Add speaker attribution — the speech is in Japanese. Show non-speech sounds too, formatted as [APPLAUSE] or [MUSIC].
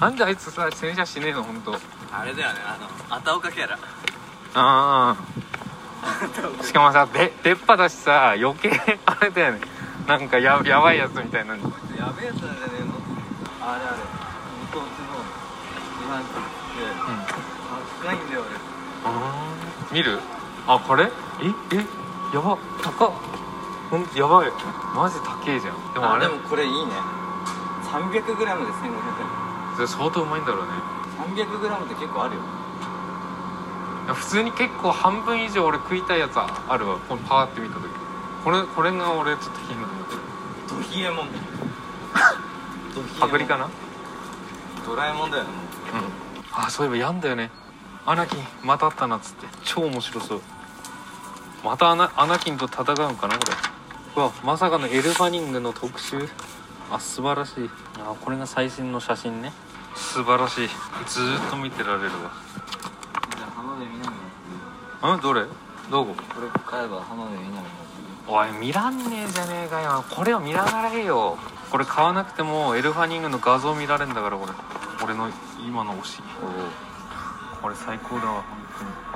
Speaker 1: なんであいつさ洗車しねえの本当。
Speaker 2: あれだよねあのあたおかキャラ
Speaker 1: ああしかもさで出っ歯だしさ余計 [LAUGHS] あれだよねなんかややばいやつみたいな
Speaker 2: やべえやつなんじゃねえのあれあれ向こうの今のって高いんだよ
Speaker 1: 見るあこれええやば高っほんやばいマジ高えじゃんで
Speaker 2: 俺
Speaker 1: もあれ
Speaker 2: これいいね 300g で1500円
Speaker 1: それ相当うまいんだろうね
Speaker 2: 300g って結構あるよ
Speaker 1: いや普通に結構半分以上俺食いたいやつあるわこのパーって見た時これこれが俺ちょっと気になるんだけど
Speaker 2: ドヒエモンドヒエモン
Speaker 1: パクリかな
Speaker 2: ドラえもんだよねも
Speaker 1: あそういえばやんだよねアナキンまたあったなっつって超面白そうまたアナアナキンと戦うのかなこれうわまさかのエルファニングの特集あ素晴らしいあこれが最新の写真ね素晴らしいずーっと見てられる
Speaker 2: うじゃあ浜辺美波
Speaker 1: わうんどれどこ
Speaker 2: これ買えば浜辺美波
Speaker 1: おい見らんねえじゃねえかよこれを見ながらえよこれ買わなくてもエルファニングの画像見られんだからこれ俺の今の推し
Speaker 2: おお
Speaker 1: これ最高だわ本当に